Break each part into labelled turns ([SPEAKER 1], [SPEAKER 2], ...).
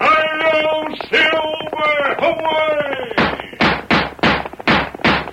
[SPEAKER 1] Hello, Silver! Away!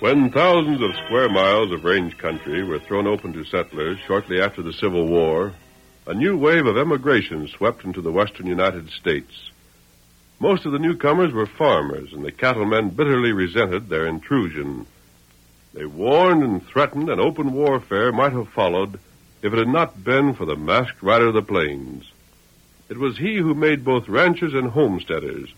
[SPEAKER 1] When thousands of square miles of range country were thrown open to settlers shortly after the Civil War, a new wave of emigration swept into the western United States. Most of the newcomers were farmers, and the cattlemen bitterly resented their intrusion. They warned and threatened an open warfare might have followed if it had not been for the masked rider of the plains. It was he who made both ranchers and homesteaders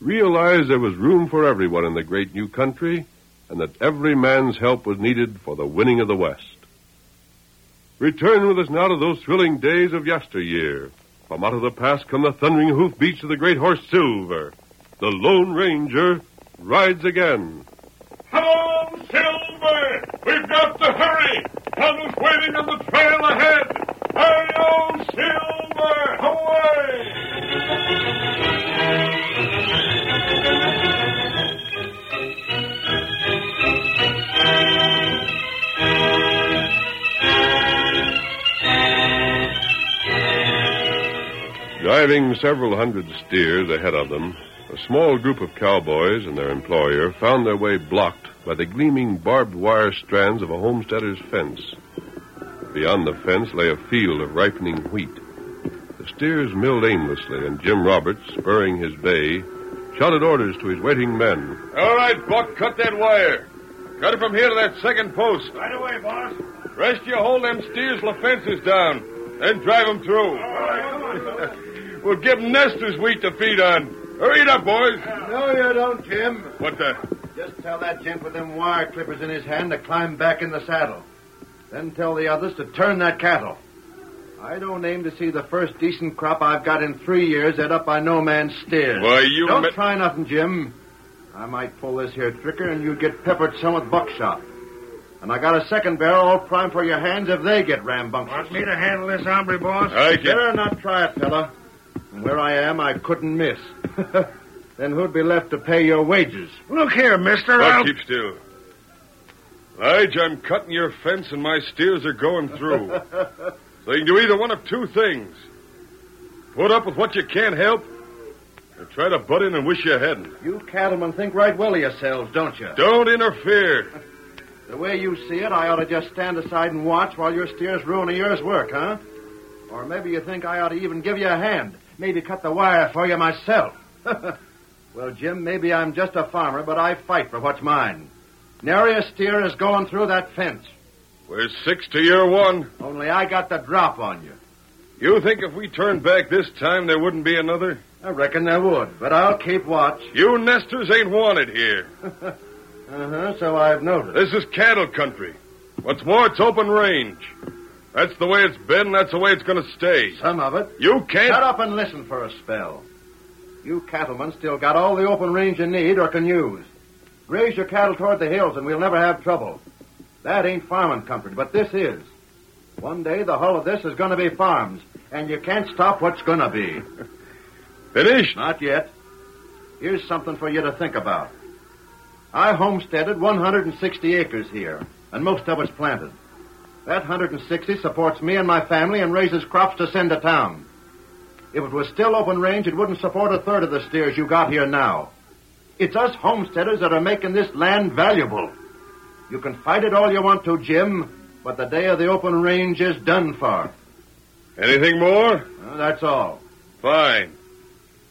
[SPEAKER 1] realize there was room for everyone in the great new country and that every man's help was needed for the winning of the West. Return with us now to those thrilling days of yesteryear. From out of the past come the thundering hoofbeats of the great horse Silver. The Lone Ranger rides again. Hello, Silver! We've got to hurry! Tonto's waiting on the trail ahead! Hello, Silver! Away! Driving several hundred steers ahead of them, a small group of cowboys and their employer found their way blocked by the gleaming barbed wire strands of a homesteader's fence. Beyond the fence lay a field of ripening wheat. The steers milled aimlessly, and Jim Roberts, spurring his bay, shouted orders to his waiting men. All right, Buck, cut that wire. Cut it from here to that second post. Right away, boss. Rest you hold them steers till the fence is down, then drive 'em through. We'll give 'em nesters wheat to feed on. Hurry it up, boys.
[SPEAKER 2] No, you don't, Jim.
[SPEAKER 1] What the?
[SPEAKER 2] Just tell that gent with them wire clippers in his hand to climb back in the saddle. Then tell the others to turn that cattle. I don't aim to see the first decent crop I've got in three years ate up by no man's steers.
[SPEAKER 1] Why, you
[SPEAKER 2] don't
[SPEAKER 1] met-
[SPEAKER 2] try nothing, Jim. I might pull this here trigger and you'd get peppered some with buckshot. And I got a second barrel all primed for your hands if they get rambunctious.
[SPEAKER 3] Want me to handle this hombre, boss?
[SPEAKER 1] I can.
[SPEAKER 2] Better not try it, fella. And where I am, I couldn't miss. then who'd be left to pay your wages?
[SPEAKER 3] Look here, mister. I'll...
[SPEAKER 1] Buck, keep still. Lige, I'm cutting your fence and my steers are going through. so you can do either one of two things. Put up with what you can't help, or try to butt in and wish you hadn't.
[SPEAKER 2] You cattlemen think right well of yourselves, don't you?
[SPEAKER 1] Don't interfere.
[SPEAKER 2] The way you see it, I ought to just stand aside and watch while your steer's ruining yours work, huh? Or maybe you think I ought to even give you a hand. Maybe cut the wire for you myself. well, Jim, maybe I'm just a farmer, but I fight for what's mine. Nary a steer is going through that fence.
[SPEAKER 1] We're six to your one.
[SPEAKER 2] Only I got the drop on you.
[SPEAKER 1] You think if we turned back this time there wouldn't be another?
[SPEAKER 2] I reckon there would, but I'll keep watch.
[SPEAKER 1] You nesters ain't wanted here.
[SPEAKER 2] Uh huh, so I've noticed.
[SPEAKER 1] This is cattle country. What's more, it's open range. That's the way it's been, and that's the way it's going to stay.
[SPEAKER 2] Some of it.
[SPEAKER 1] You can't.
[SPEAKER 2] Shut up and listen for a spell. You cattlemen still got all the open range you need or can use. Raise your cattle toward the hills and we'll never have trouble. That ain't farming country, but this is. One day the whole of this is going to be farms, and you can't stop what's going to be.
[SPEAKER 1] Finished?
[SPEAKER 2] Not yet. Here's something for you to think about. I homesteaded 160 acres here, and most of it's planted. That 160 supports me and my family and raises crops to send to town. If it was still open range, it wouldn't support a third of the steers you got here now. It's us homesteaders that are making this land valuable. You can fight it all you want to, Jim, but the day of the open range is done for.
[SPEAKER 1] Anything more?
[SPEAKER 2] Well, that's all.
[SPEAKER 1] Fine.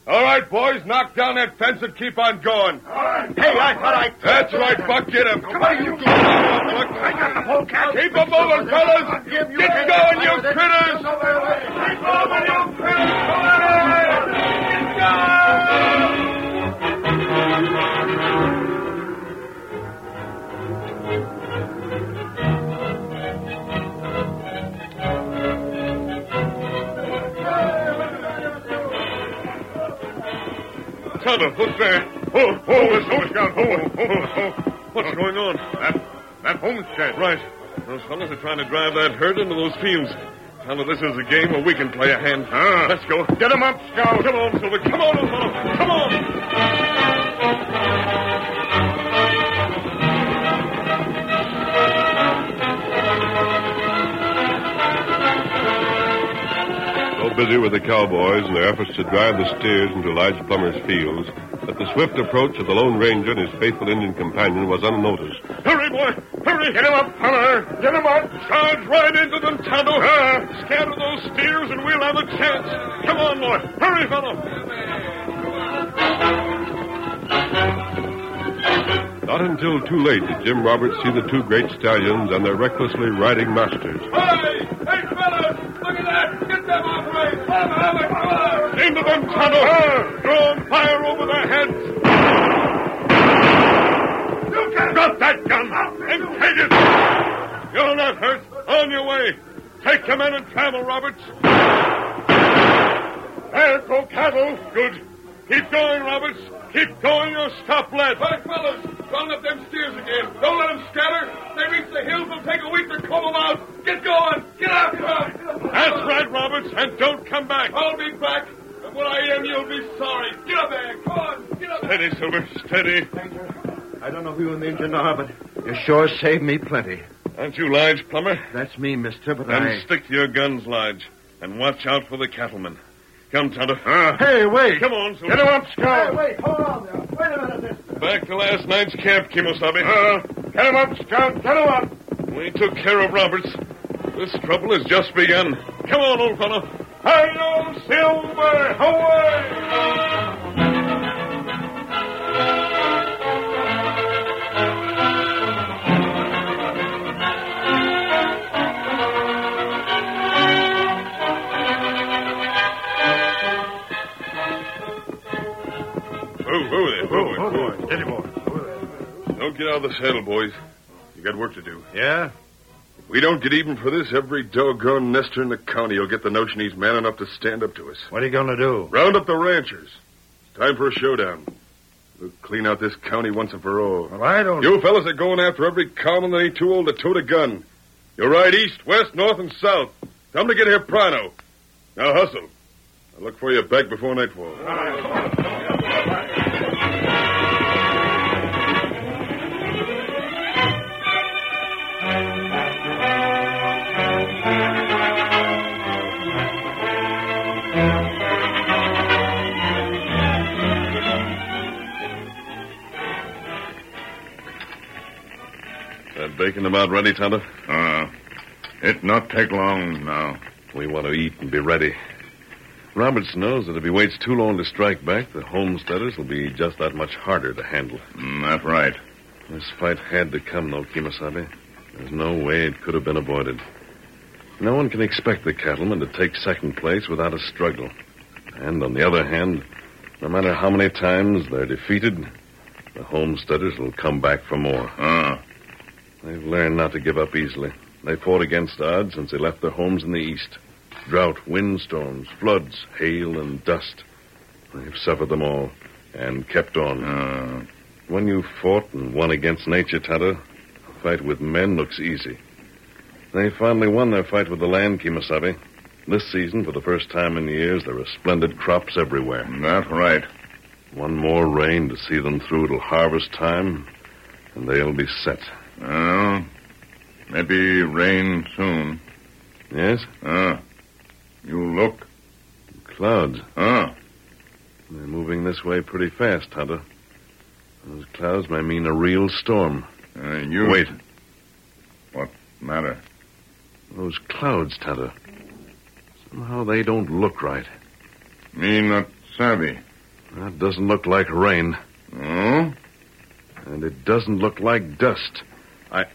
[SPEAKER 1] All right, boys, knock down that fence and keep on going.
[SPEAKER 2] Hey, I thought I
[SPEAKER 1] That's right, Buck. Get him. Come on, you I got the whole cat. Keep 'em moving, fellas. Get going, you critters. Tonto, who's there? Oh, oh, it's Homestead. Oh, oh, oh. What's going on? That, that Homestead. Right. Those fellas are trying to drive that herd into those fields. Tonto, this is a game where we can play a hand. Ah. Let's go. Get 'em up, Scout. Come on, Silver. Come on, old fellow. Come on. So busy were the cowboys in their efforts to drive the steers into Lige Plummer's fields that the swift approach of the Lone Ranger and his faithful Indian companion was unnoticed. Hurry, boy! Hurry! Get him up, Plummer! Get him up! Charge right into them, Tonto! Scatter those steers and we'll have a chance! Come on, boy! Hurry, fellow! Not until too late did Jim Roberts see the two great stallions and their recklessly riding masters.
[SPEAKER 4] Hey, hey, fellas! Look at that! Get them off right! Come on, come on!
[SPEAKER 1] Into them, Tonto! Draw and fire over their heads! You can drop that gun now and take it! You're not hurt. On your way. Take your men and travel, Roberts. There go cattle. Good. Keep going, Roberts. Keep going or stop lead.
[SPEAKER 4] Hey, fellas! Round up them steers again. Don't let them scatter. They reach the hills. It'll take a week to comb them out. Get going! Get out, come on!
[SPEAKER 1] That's right, Roberts, and don't come back.
[SPEAKER 4] I'll be back. And when I am, you'll be sorry. Get up there. Come on. Get up there.
[SPEAKER 1] Steady, Silver. Steady.
[SPEAKER 2] I don't know who you and the engine are, but you sure saved me plenty.
[SPEAKER 1] Aren't you Lige Plummer?
[SPEAKER 2] That's me, mister, but
[SPEAKER 1] Then
[SPEAKER 2] I...
[SPEAKER 1] stick to your guns, Lige, and watch out for the cattlemen. Come, Tonto.
[SPEAKER 2] Uh, Hey, wait!
[SPEAKER 1] Come on, Silver.
[SPEAKER 2] Get him up, Scout!
[SPEAKER 4] wait. Hold on there. Wait a minute, mister.
[SPEAKER 1] Back to last night's camp, Kimosabe. get him Uh, up, Scout. Get him up. We took care of Roberts. This trouble has just begun. Come on, old fellow. Hey, old Silver, away! Whoa, whoa there, whoa, whoa, whoa.
[SPEAKER 3] Steady, boy.
[SPEAKER 1] Don't get out of the saddle, boys. You got work to do.
[SPEAKER 3] Yeah?
[SPEAKER 1] If we don't get even for this, every doggone nester in the county will get the notion he's man enough to stand up to us.
[SPEAKER 3] What are you going to do?
[SPEAKER 1] Round up the ranchers. It's time for a showdown. We'll clean out this county once and for all.
[SPEAKER 3] Well, I don't.
[SPEAKER 1] You fellas are going after every cowman that ain't too old to tote a gun. You'll ride east, west, north, and south. Come to get here pronto. Now hustle. I'll look for you back before nightfall. That Baking them out ready, Tonto?
[SPEAKER 5] Uh, it not take long now.
[SPEAKER 1] We want to eat and be ready. Roberts knows that if he waits too long to strike back, the homesteaders will be just that much harder to handle.
[SPEAKER 5] Mm, that's right.
[SPEAKER 1] This fight had to come, though, Kimasabe. There's no way it could have been avoided. No one can expect the cattlemen to take second place without a struggle. And on the other hand, no matter how many times they're defeated, the homesteaders will come back for more.
[SPEAKER 5] Uh,
[SPEAKER 1] They've learned not to give up easily. They fought against odds since they left their homes in the East. Drought, windstorms, floods, hail, and dust. They've suffered them all and kept on.
[SPEAKER 5] uh,
[SPEAKER 1] When you fought and won against nature, Tonto, a fight with men looks easy. They finally won their fight with the land, Kimasabi. This season, for the first time in years, there are splendid crops everywhere.
[SPEAKER 5] that's right.
[SPEAKER 1] One more rain to see them through till harvest time, and they'll be set.
[SPEAKER 5] Well, maybe rain soon.
[SPEAKER 1] Yes?
[SPEAKER 5] Uh, you look.
[SPEAKER 1] Clouds.
[SPEAKER 5] Uh,
[SPEAKER 1] They're moving this way pretty fast, Tonto. Those clouds may mean a real storm.
[SPEAKER 5] uh, you.
[SPEAKER 1] Wait.
[SPEAKER 5] What matter?
[SPEAKER 1] Those clouds, Tonto. Somehow they don't look right.
[SPEAKER 5] Me not savvy.
[SPEAKER 1] That doesn't look like rain.
[SPEAKER 5] Oh?
[SPEAKER 1] And it doesn't look like dust. I.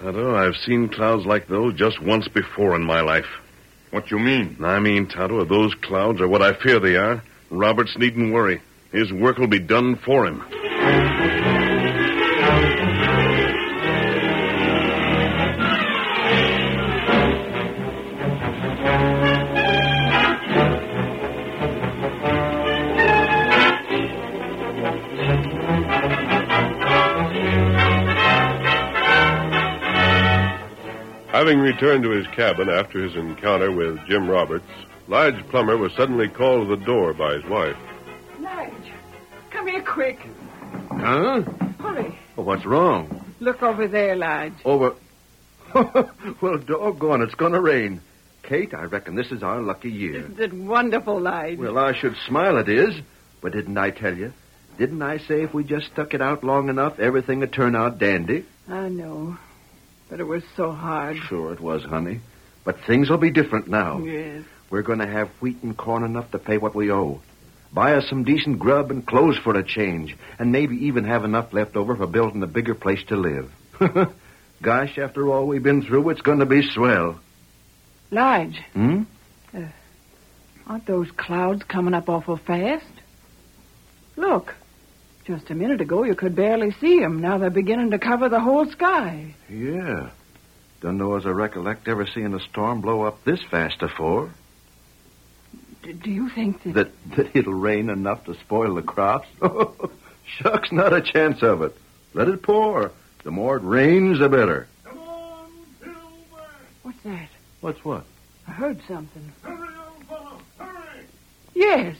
[SPEAKER 1] Tonto, I've seen clouds like those just once before in my life.
[SPEAKER 5] What you mean?
[SPEAKER 1] And I mean, Tonto, if those clouds are what I fear they are, Roberts needn't worry. His work will be done for him.
[SPEAKER 4] Having returned to his cabin after his encounter with Jim Roberts, Lige Plummer was suddenly called to the door by his wife.
[SPEAKER 6] Lige, come here quick.
[SPEAKER 2] Huh?
[SPEAKER 6] Hurry.
[SPEAKER 2] what's wrong?
[SPEAKER 6] Look over there, Lige.
[SPEAKER 2] Over. well, doggone, it's going to rain. Kate, I reckon this is our lucky year.
[SPEAKER 6] Isn't it wonderful, Lige?
[SPEAKER 2] Well, I should smile, it is. But didn't I tell you? Didn't I say if we just stuck it out long enough, everything would turn out dandy?
[SPEAKER 6] I know. But it was so hard.
[SPEAKER 2] Sure it was, honey. But things will be different now.
[SPEAKER 6] Yes.
[SPEAKER 2] We're going to have wheat and corn enough to pay what we owe. Buy us some decent grub and clothes for a change, and maybe even have enough left over for building a bigger place to live. Gosh, after all we've been through, it's going to be swell.
[SPEAKER 6] Lige, Uh,
[SPEAKER 2] Hmm?
[SPEAKER 6] aren't those clouds coming up awful fast? Look. Just a minute ago, you could barely see 'em. Now they're beginning to cover the whole sky.
[SPEAKER 2] Yeah. Don't know as I recollect ever seeing a storm blow up this fast afore.
[SPEAKER 6] D- do you think that...
[SPEAKER 2] That, that it'll rain enough to spoil the crops? Shucks, not a chance of it. Let it pour. The more it rains, the better.
[SPEAKER 4] Come on, Silver!
[SPEAKER 6] What's that?
[SPEAKER 2] What's what?
[SPEAKER 6] I heard something.
[SPEAKER 4] Hurry, old fellow! Hurry!
[SPEAKER 6] Yes.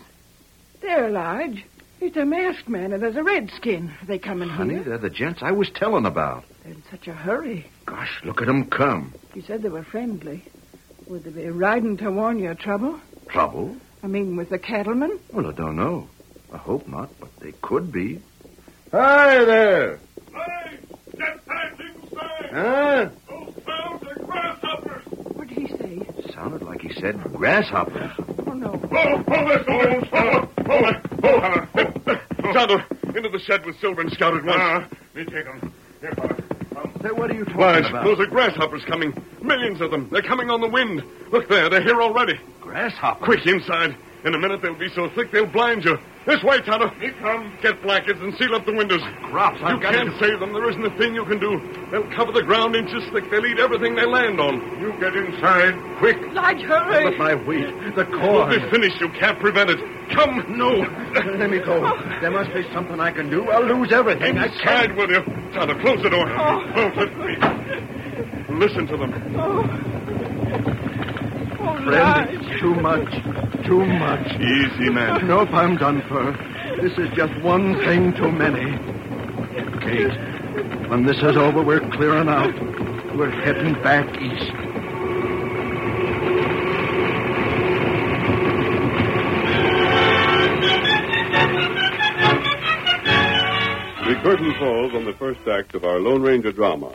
[SPEAKER 6] There, Lige. It's a masked man, and there's a redskin. Are they coming
[SPEAKER 2] Honey,
[SPEAKER 6] here?
[SPEAKER 2] they're the gents I was telling about.
[SPEAKER 6] They're in such a hurry.
[SPEAKER 2] Gosh, look at 'em come.
[SPEAKER 6] You said they were friendly. Would they be riding to warn you of trouble?
[SPEAKER 2] Trouble?
[SPEAKER 6] I mean, with the cattlemen?
[SPEAKER 2] Well, I don't know. I hope not, but they could be. Hi there.
[SPEAKER 4] Lige! Get back inside!
[SPEAKER 2] Huh?
[SPEAKER 4] Those clouds are grasshoppers!
[SPEAKER 6] What did he say?
[SPEAKER 2] Sounded like he said grasshoppers.
[SPEAKER 6] Oh, no.
[SPEAKER 4] Oh, pull this, pull it, pull it, pull it, pull it.
[SPEAKER 1] Tonto, into the shed with Silver and Scout at once.
[SPEAKER 4] Ah, me take 'em. Here, fella.
[SPEAKER 2] Say, what are you talking
[SPEAKER 1] Lige,
[SPEAKER 2] about?
[SPEAKER 1] those are grasshoppers coming. Millions of them. They're coming on the wind. Look there, they're here already.
[SPEAKER 2] grasshoppers.
[SPEAKER 1] Quick, inside. In a minute, they'll be so thick they'll blind you. This way, Tonto. Here come. Get blankets and seal up the windows.
[SPEAKER 2] Crops, I've
[SPEAKER 1] you
[SPEAKER 2] got
[SPEAKER 1] can't
[SPEAKER 2] to...
[SPEAKER 1] save them. There isn't a thing you can do. They'll cover the ground inches thick. They'll eat everything they land on.
[SPEAKER 4] You get inside, quick.
[SPEAKER 6] Lige, hurry!
[SPEAKER 2] But my wheat, the
[SPEAKER 1] We'll be
[SPEAKER 2] corn.
[SPEAKER 1] finished. You can't prevent it. Come. No.
[SPEAKER 2] Let me go. There must be something I can do. I'll lose everything. I can't.
[SPEAKER 1] Inside, will you? Tonto, close the door. Oh, let me- Listen to them.
[SPEAKER 6] Oh,
[SPEAKER 2] Friend,
[SPEAKER 6] Lige.
[SPEAKER 2] it's too much. Too much.
[SPEAKER 1] Easy, man.
[SPEAKER 2] You know if I'm done for. This is just one thing too many. Kate, when this is over, we're clearing out. We're heading back east.
[SPEAKER 7] The curtain falls on the first act of our Lone Ranger drama.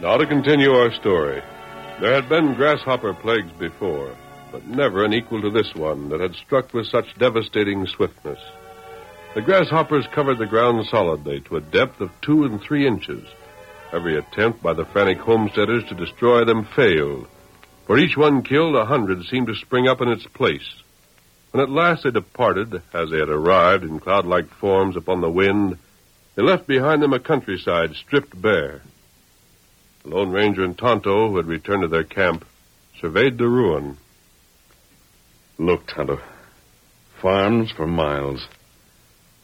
[SPEAKER 7] Now to continue our story. There had been grasshopper plagues before, but never an equal to this one that had struck with such devastating swiftness. The grasshoppers covered the ground solidly to a depth of two and three inches. Every attempt by the frantic homesteaders to destroy them failed. For each one killed, a hundred seemed to spring up in its place. When at last they departed, as they had arrived in cloud-like forms upon the wind, they left behind them a countryside stripped bare. The Lone Ranger and Tonto, who had returned to their camp, surveyed the ruin.
[SPEAKER 5] Look, Tonto. Farms for miles.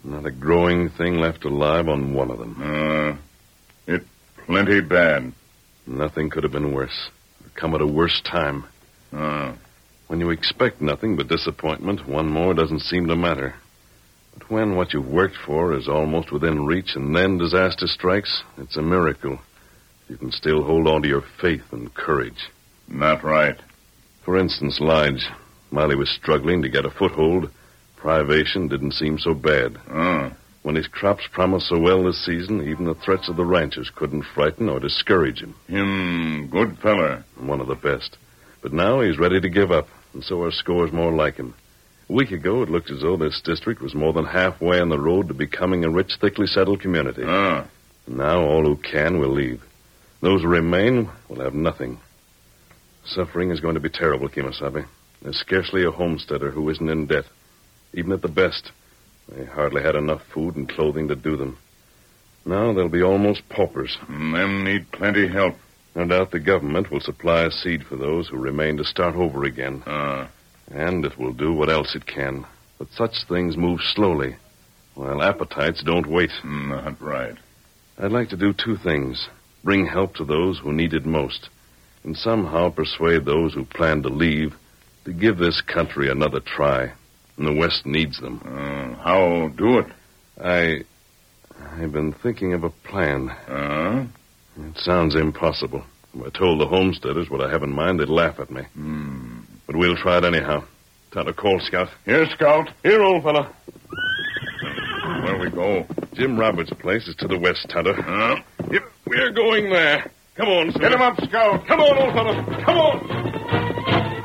[SPEAKER 5] Not a growing thing left alive on one of them. Uh, it plenty bad.
[SPEAKER 1] Nothing could have been worse. Or come at a worse time.
[SPEAKER 5] Uh,
[SPEAKER 1] When you expect nothing but disappointment, one more doesn't seem to matter. But when what you've worked for is almost within reach and then disaster strikes, it's a miracle. You can still hold on to your faith and courage.
[SPEAKER 5] not right.
[SPEAKER 1] For instance, Lige, while he was struggling to get a foothold, privation didn't seem so bad.
[SPEAKER 5] Uh,
[SPEAKER 1] When his crops promised so well this season, even the threats of the ranchers couldn't frighten or discourage him.
[SPEAKER 5] him good feller.
[SPEAKER 1] one of the best. But now he's ready to give up, and so are scores more like him. A week ago, it looked as though this district was more than halfway on the road to becoming a rich, thickly settled community.
[SPEAKER 5] Uh,
[SPEAKER 1] Now all who can will leave. Those who remain will have nothing. Suffering is going to be terrible, Kimasabe. There's scarcely a homesteader who isn't in debt. Even at the best, they hardly had enough food and clothing to do them. Now they'll be almost paupers.
[SPEAKER 5] and them need plenty help.
[SPEAKER 1] No doubt the government will supply seed for those who remain to start over again.
[SPEAKER 5] Uh,
[SPEAKER 1] And it will do what else it can. But such things move slowly, while appetites don't wait.
[SPEAKER 5] not Mm, right.
[SPEAKER 1] I'd like to do two things bring help to those who need it most, and somehow persuade those who plan to leave to give this country another try. And the West needs them.
[SPEAKER 5] Uh, how do it?
[SPEAKER 1] I. I've been thinking of a plan.
[SPEAKER 5] Uh,
[SPEAKER 1] It sounds impossible. If I told the homesteaders what I have in mind, they'd laugh at me.
[SPEAKER 5] hmm.
[SPEAKER 1] But we'll try it anyhow. Time to call, Scout.
[SPEAKER 5] Here, Scout.
[SPEAKER 1] Here, old fellow.
[SPEAKER 5] Where we go?
[SPEAKER 1] Jim Roberts' place is to the west, Tonto.
[SPEAKER 5] Uh,
[SPEAKER 1] Yep, we're going there. Come on, sir.
[SPEAKER 5] get him up, Scout. Come on, old fellow. Come on.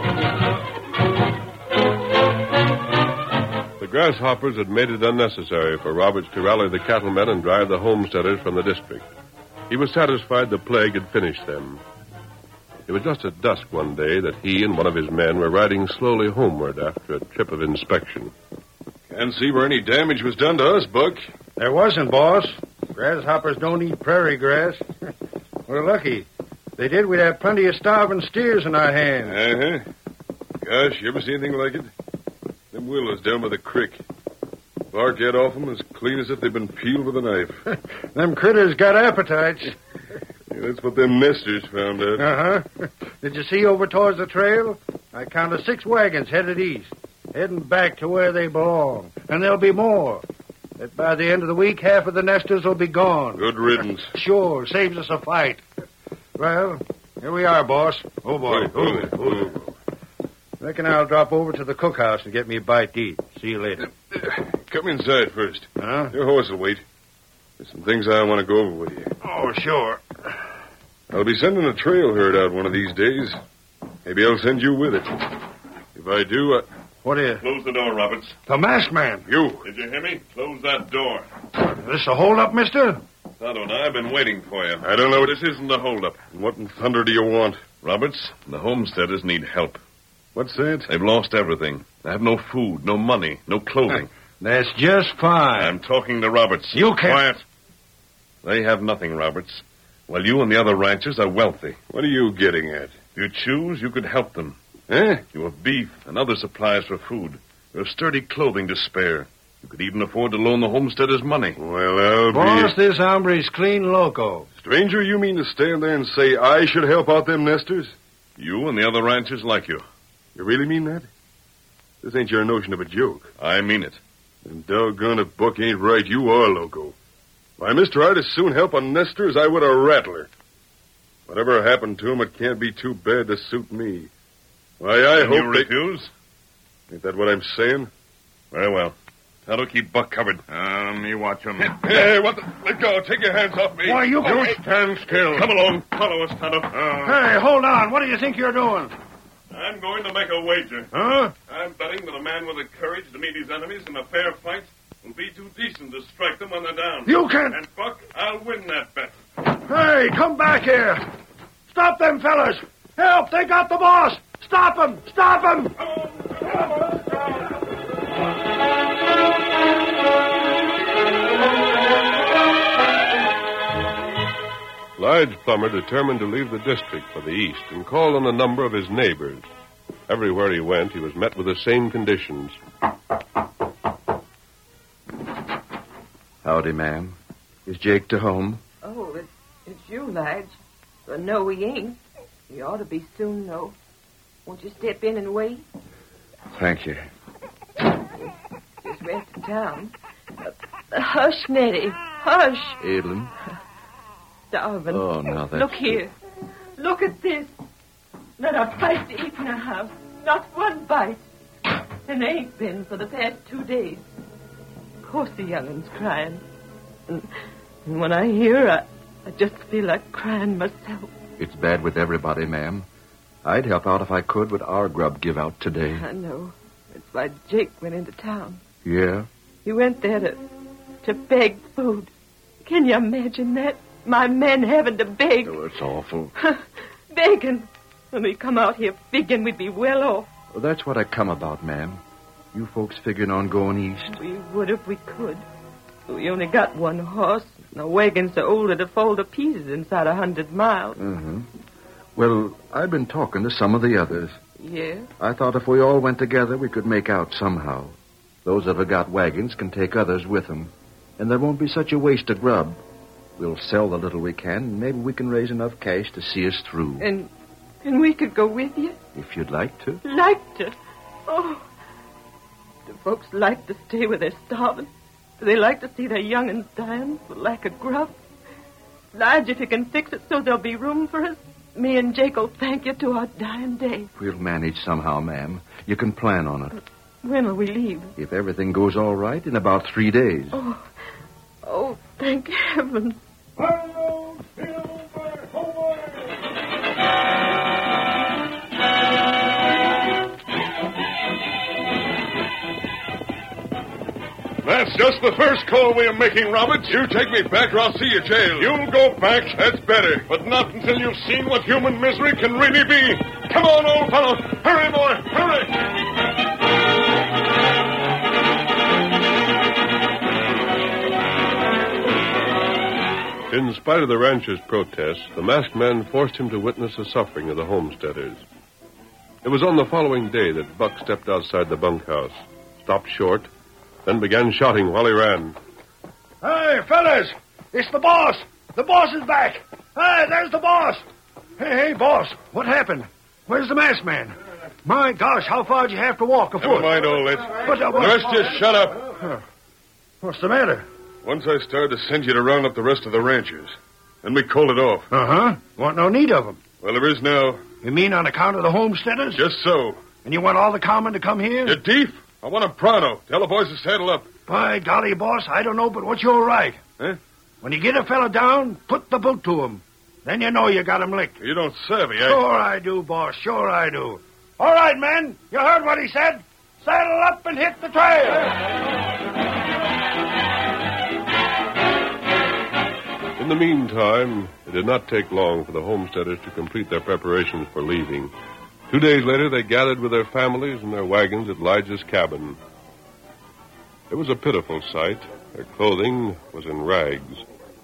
[SPEAKER 7] The grasshoppers had made it unnecessary for Roberts to rally the cattlemen and drive the homesteaders from the district. He was satisfied the plague had finished them. It was just at dusk one day that he and one of his men were riding slowly homeward after a trip of inspection.
[SPEAKER 1] Can't see where any damage was done to us, Buck.
[SPEAKER 2] There wasn't, boss. Grasshoppers don't eat prairie grass. We're lucky. They did, we'd have plenty of starving steers in our hands.
[SPEAKER 1] Uh-huh. Gosh, you ever see anything like it? Them willows down by the creek. Bark get off 'em as clean as if they'd been peeled with a knife.
[SPEAKER 2] Them critters got appetites.
[SPEAKER 1] Yeah, that's what them messers found out.
[SPEAKER 2] Uh huh. Did you see over towards the trail? I counted six wagons headed east, heading back to where they belong. And there'll be more. That by the end of the week, half of the nesters will be gone.
[SPEAKER 1] Good riddance.
[SPEAKER 2] Sure, saves us a fight. Well, here we are, boss. Oh, boy. Oh, oh. Reckon I'll drop over to the cookhouse and get me a bite to eat. See you later.
[SPEAKER 1] Come inside first.
[SPEAKER 2] Huh?
[SPEAKER 1] Your horse will wait. There's some things I want to go over with you.
[SPEAKER 2] Oh, sure.
[SPEAKER 1] I'll be sending a trail herd out one of these days. Maybe I'll send you with it. If I do, uh, I...
[SPEAKER 2] What is?
[SPEAKER 5] Close the door, Roberts.
[SPEAKER 2] The masked man.
[SPEAKER 1] You.
[SPEAKER 5] Did you hear me? Close that door.
[SPEAKER 2] This a holdup, mister?
[SPEAKER 5] Tonto and I have been waiting for you.
[SPEAKER 1] I don't know. This isn't a holdup. What in thunder do you want? Roberts, the homesteaders need help.
[SPEAKER 5] What's that?
[SPEAKER 1] They've lost everything. They have no food, no money, no clothing.
[SPEAKER 2] That's just fine.
[SPEAKER 1] I'm talking to Roberts.
[SPEAKER 2] You can't-
[SPEAKER 1] Quiet. They have nothing, Roberts. While you and the other ranchers are wealthy.
[SPEAKER 5] What are you getting at?
[SPEAKER 1] If you choose, you could help them.
[SPEAKER 5] Eh?
[SPEAKER 1] You have beef and other supplies for food. You have sturdy clothing to spare. You could even afford to loan the homesteaders money.
[SPEAKER 8] Well, I'll
[SPEAKER 2] Boss, this hombre's clean loco.
[SPEAKER 8] Stranger, you mean to stand there and say I should help out them nesters?
[SPEAKER 1] You and the other ranchers like you.
[SPEAKER 8] You really mean that? This ain't your notion of a joke.
[SPEAKER 1] I mean it.
[SPEAKER 8] And doggone if Buck ain't right, you are loco. Why, mister, I'd as soon help a nester as I would a rattler. Whatever happened to him, it can't be too bad to suit me. Why, I
[SPEAKER 1] And
[SPEAKER 8] hope
[SPEAKER 1] you
[SPEAKER 8] they...
[SPEAKER 1] refuse?
[SPEAKER 8] Ain't that what I'm saying?
[SPEAKER 1] Very well. That'll keep Buck covered.
[SPEAKER 5] Uh, me watch 'em.
[SPEAKER 1] Hey, what the... Let go. Take your hands off me.
[SPEAKER 2] Why, you-
[SPEAKER 1] You stand still. Come along. Follow us, Tonto.
[SPEAKER 2] Hey, hold on. What do you think you're doing?
[SPEAKER 5] Ah. I'm going to make a wager.
[SPEAKER 2] Huh?
[SPEAKER 5] I'm betting that a man with the courage to meet his enemies in a fair fight will be too decent to strike them when they're down.
[SPEAKER 2] You can't.
[SPEAKER 5] And, Buck, I'll win that bet.
[SPEAKER 2] Hey, come back here. Stop them fellas. Help, they got the boss. Stop them. Stop them.
[SPEAKER 7] Lige Plummer determined to leave the district for the east and called on a number of his neighbors. Everywhere he went, he was met with the same conditions.
[SPEAKER 1] Howdy, ma'am. Is Jake to home?
[SPEAKER 9] Oh, it's, it's you, Lige. But no, he ain't. He ought to be soon, though. Won't you step in and wait?
[SPEAKER 1] Thank you.
[SPEAKER 9] Just rest in town. Uh, hush, Nettie. Hush.
[SPEAKER 1] Evelyn.
[SPEAKER 9] Starving.
[SPEAKER 1] Oh, now that's...
[SPEAKER 9] Look here. Look at this. Not a bite to eat in the house. Not one bite. And there ain't been for the past two days. Of course the young'un's crying. And, and when I hear her, I, I just feel like crying myself.
[SPEAKER 10] It's bad with everybody, ma'am. I'd help out if I could, but our grub give out today.
[SPEAKER 9] I know. That's why Jake went into town.
[SPEAKER 10] Yeah?
[SPEAKER 9] He went there to, to beg food. Can you imagine that? My men having to beg.
[SPEAKER 10] Oh, it's awful.
[SPEAKER 9] Begging. When we come out here figuring we'd be well off.
[SPEAKER 10] Well, that's what I come about, ma'am. You folks figuring on going east?
[SPEAKER 9] We would if we could. But we only got one horse, and the wagon's so older to fold to pieces inside a hundred miles.
[SPEAKER 10] Mm-hmm. Well, I've been talking to some of the others.
[SPEAKER 9] Yeah?
[SPEAKER 10] I thought if we all went together, we could make out somehow. Those that have got wagons can take others with them, and there won't be such a waste of grub. We'll sell the little we can, and maybe we can raise enough cash to see us through,
[SPEAKER 9] And and we could go with you?
[SPEAKER 10] if you'd like to.
[SPEAKER 9] Like to. Oh. Do folks like to stay where they're starving? Do they like to see their young'uns dying for lack of grub? Lige, if you can fix it so there'll be room for us, me and Jake'll thank you to our dying day.
[SPEAKER 10] We'll manage somehow, ma'am. You can plan on it.
[SPEAKER 9] When'll we leave?
[SPEAKER 10] If everything goes all right, in about three days.
[SPEAKER 9] Oh, oh, thank heaven.
[SPEAKER 1] That's just the first call we are making, Roberts. You take me back or I'll see you jailed. You'll go back, that's better. But not until you've seen what human misery can really be. Come on, old fellow. Hurry, boy, hurry.
[SPEAKER 7] In spite of the rancher's protests, the masked man forced him to witness the suffering of the homesteaders. It was on the following day that Buck stepped outside the bunkhouse, stopped short, then began shouting while he ran.
[SPEAKER 2] Hey, fellas. It's the boss. The boss is back. Hey, there's the boss. Hey, hey, boss. What happened? Where's the masked man? My gosh, how far'd you have to walk
[SPEAKER 1] Never
[SPEAKER 2] afoot?
[SPEAKER 1] mind all that.
[SPEAKER 2] But, uh,
[SPEAKER 1] The
[SPEAKER 2] what-
[SPEAKER 1] rest just shut up.
[SPEAKER 2] what's the matter?
[SPEAKER 1] Once I started to send you to round up the rest of the ranchers. Then we called it off.
[SPEAKER 2] Uh huh. Want no need of 'em.
[SPEAKER 1] Well, there is now.
[SPEAKER 2] You mean on account of the homesteaders?
[SPEAKER 1] Just so.
[SPEAKER 2] And you want all the cowmen to come here?
[SPEAKER 1] You deef? I want a pronto. Tell the boys to saddle up.
[SPEAKER 2] By golly, boss, I don't know but what you're right.
[SPEAKER 1] Huh?
[SPEAKER 2] When you get a fellow down, put the boot to him. Then you know you got him licked.
[SPEAKER 1] You don't savvy, eh?
[SPEAKER 2] Sure I do, boss. Sure I do. All right, men. You heard what he said. Saddle up and hit the trail.
[SPEAKER 7] In the meantime, it did not take long for the homesteaders to complete their preparations for leaving. Two days later, they gathered with their families and their wagons at Lige's cabin. It was a pitiful sight. Their clothing was in rags.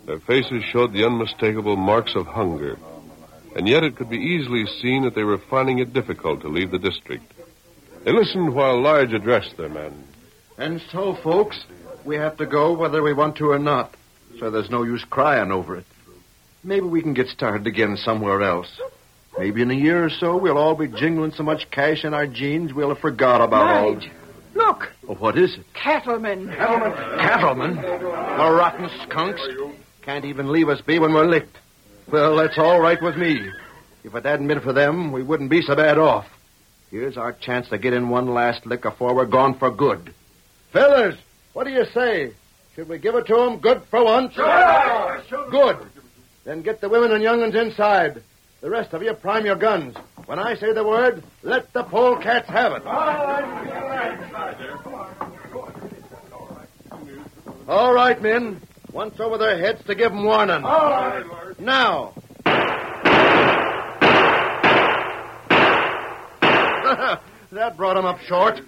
[SPEAKER 7] Their faces showed the unmistakable marks of hunger. And yet it could be easily seen that they were finding it difficult to leave the district. They listened while Lige addressed their men.
[SPEAKER 2] And so, folks, we have to go whether we want to or not. So there's no use crying over it. Maybe we can get started again somewhere else. Maybe in a year or so, we'll all be jingling so much cash in our jeans we'll have forgot about
[SPEAKER 9] Lige, Look,
[SPEAKER 2] all. Oh, what is it?
[SPEAKER 9] cattlemen.
[SPEAKER 2] Cattlemen? The rotten skunks? Can't even leave us be when we're licked. Well, that's all right with me. If it hadn't been for them, we wouldn't be so bad off. Here's our chance to get in one last lick afore we're gone for good. Fellas, what do you say? Should we give it to 'em good for once?
[SPEAKER 11] Sure.
[SPEAKER 2] Good. Then get the women and young'uns inside. The rest of you prime your guns. When I say the word, let the polecats have it. All right, men. Once over their heads to give 'em warning.
[SPEAKER 11] All right,
[SPEAKER 2] Now. that brought 'em up short.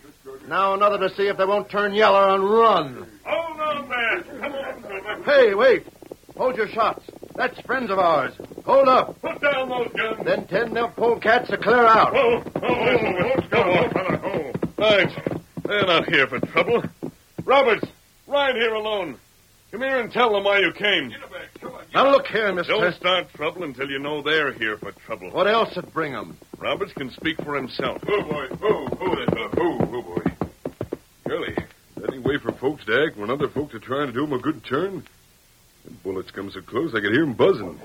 [SPEAKER 2] Now another to see if they won't turn yeller and run.
[SPEAKER 11] Hold on there. Come on, Silver.
[SPEAKER 2] Hey, wait. Hold your shots. That's friends of ours. Hold up.
[SPEAKER 11] Put down those guns.
[SPEAKER 2] Then ten they'll pull cats to clear out.
[SPEAKER 1] Oh, come on, fella, ho. Thanks. They're not here for trouble. Roberts, ride here alone. Come here and tell them why you came.
[SPEAKER 2] Now look here, mister.
[SPEAKER 1] Don't start trouble until you know they're here for trouble.
[SPEAKER 2] What else would bring 'em?
[SPEAKER 1] Roberts can speak for himself.
[SPEAKER 12] Oh, boy. Oh, oh, that's a- oh, oh, boy.
[SPEAKER 1] Really?
[SPEAKER 7] Any way for folks to act when other folks are trying to do 'em a good turn? The bullets come so close I could hear 'em buzzing.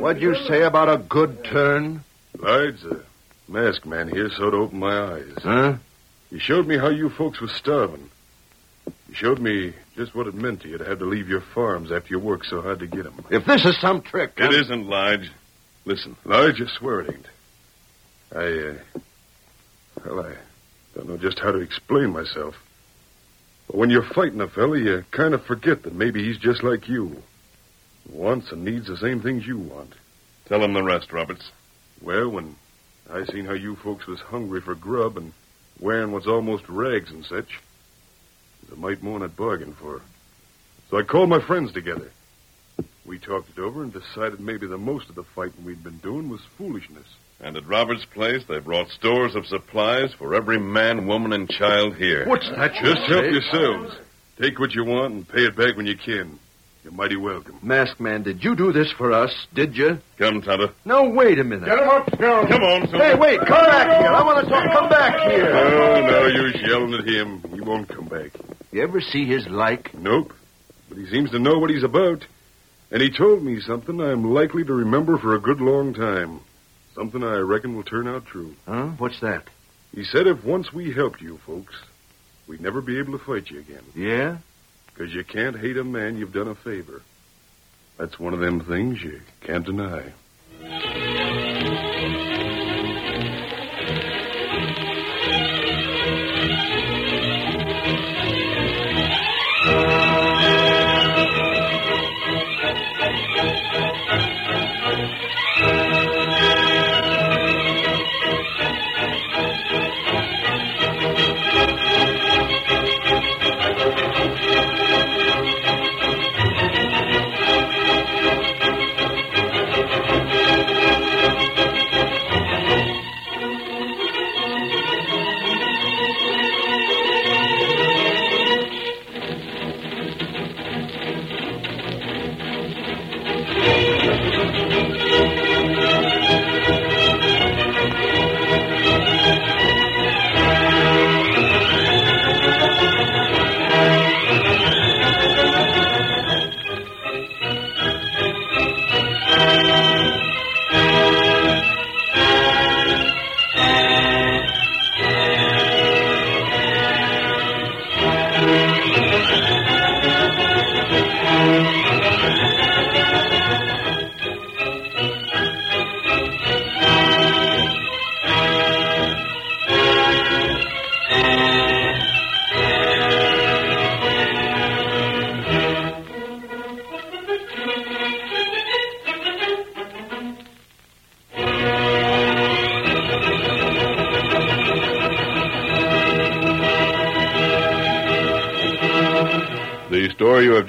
[SPEAKER 2] What'd you say about a good turn?
[SPEAKER 7] Lides, a masked man here sort of opened my eyes.
[SPEAKER 2] Huh?
[SPEAKER 7] He showed me how you folks was starving. He showed me just what it meant to you to have to leave your farms after you worked so hard to get 'em.
[SPEAKER 2] If this is some trick,
[SPEAKER 1] It isn't, Lige. Listen,
[SPEAKER 7] Lige, I swear it ain't. I, uh, well, I don't know just how to explain myself. But when you're fighting a fella, you kind of forget that maybe he's just like you. Wants and needs the same things you want.
[SPEAKER 1] tell him the rest, Roberts.
[SPEAKER 7] Well, when I seen how you folks was hungry for grub and wearing what's almost rags and such, there's a mite more than I'd bargained for. So I called my friends together. We talked it over and decided maybe the most of the fighting we'd been doing was foolishness.
[SPEAKER 1] And at Roberts' place, they brought stores of supplies for every man, woman, and child here.
[SPEAKER 2] What's that you
[SPEAKER 7] Just help
[SPEAKER 2] say?
[SPEAKER 7] yourselves. Take what you want and pay it back when you can. You're mighty welcome.
[SPEAKER 2] Masked man, did you do this for us? Did you?
[SPEAKER 1] Come, Tonto.
[SPEAKER 2] No, wait a minute.
[SPEAKER 11] him up, Joe.
[SPEAKER 1] Come on, Silver.
[SPEAKER 2] Hey, wait, come back here. I want to talk. Come back here.
[SPEAKER 7] No, no, Oh, you're yelling at him. He won't come back.
[SPEAKER 2] You ever see his like?
[SPEAKER 7] Nope. But he seems to know what he's about. And he told me something I'm likely to remember for a good long time. Something I reckon will turn out true.
[SPEAKER 2] Huh? What's that?
[SPEAKER 7] He said if once we helped you folks, we'd never be able to fight you again.
[SPEAKER 2] Yeah?
[SPEAKER 7] Because you can't hate a man you've done a favor. That's one of them things you can't deny. The story you have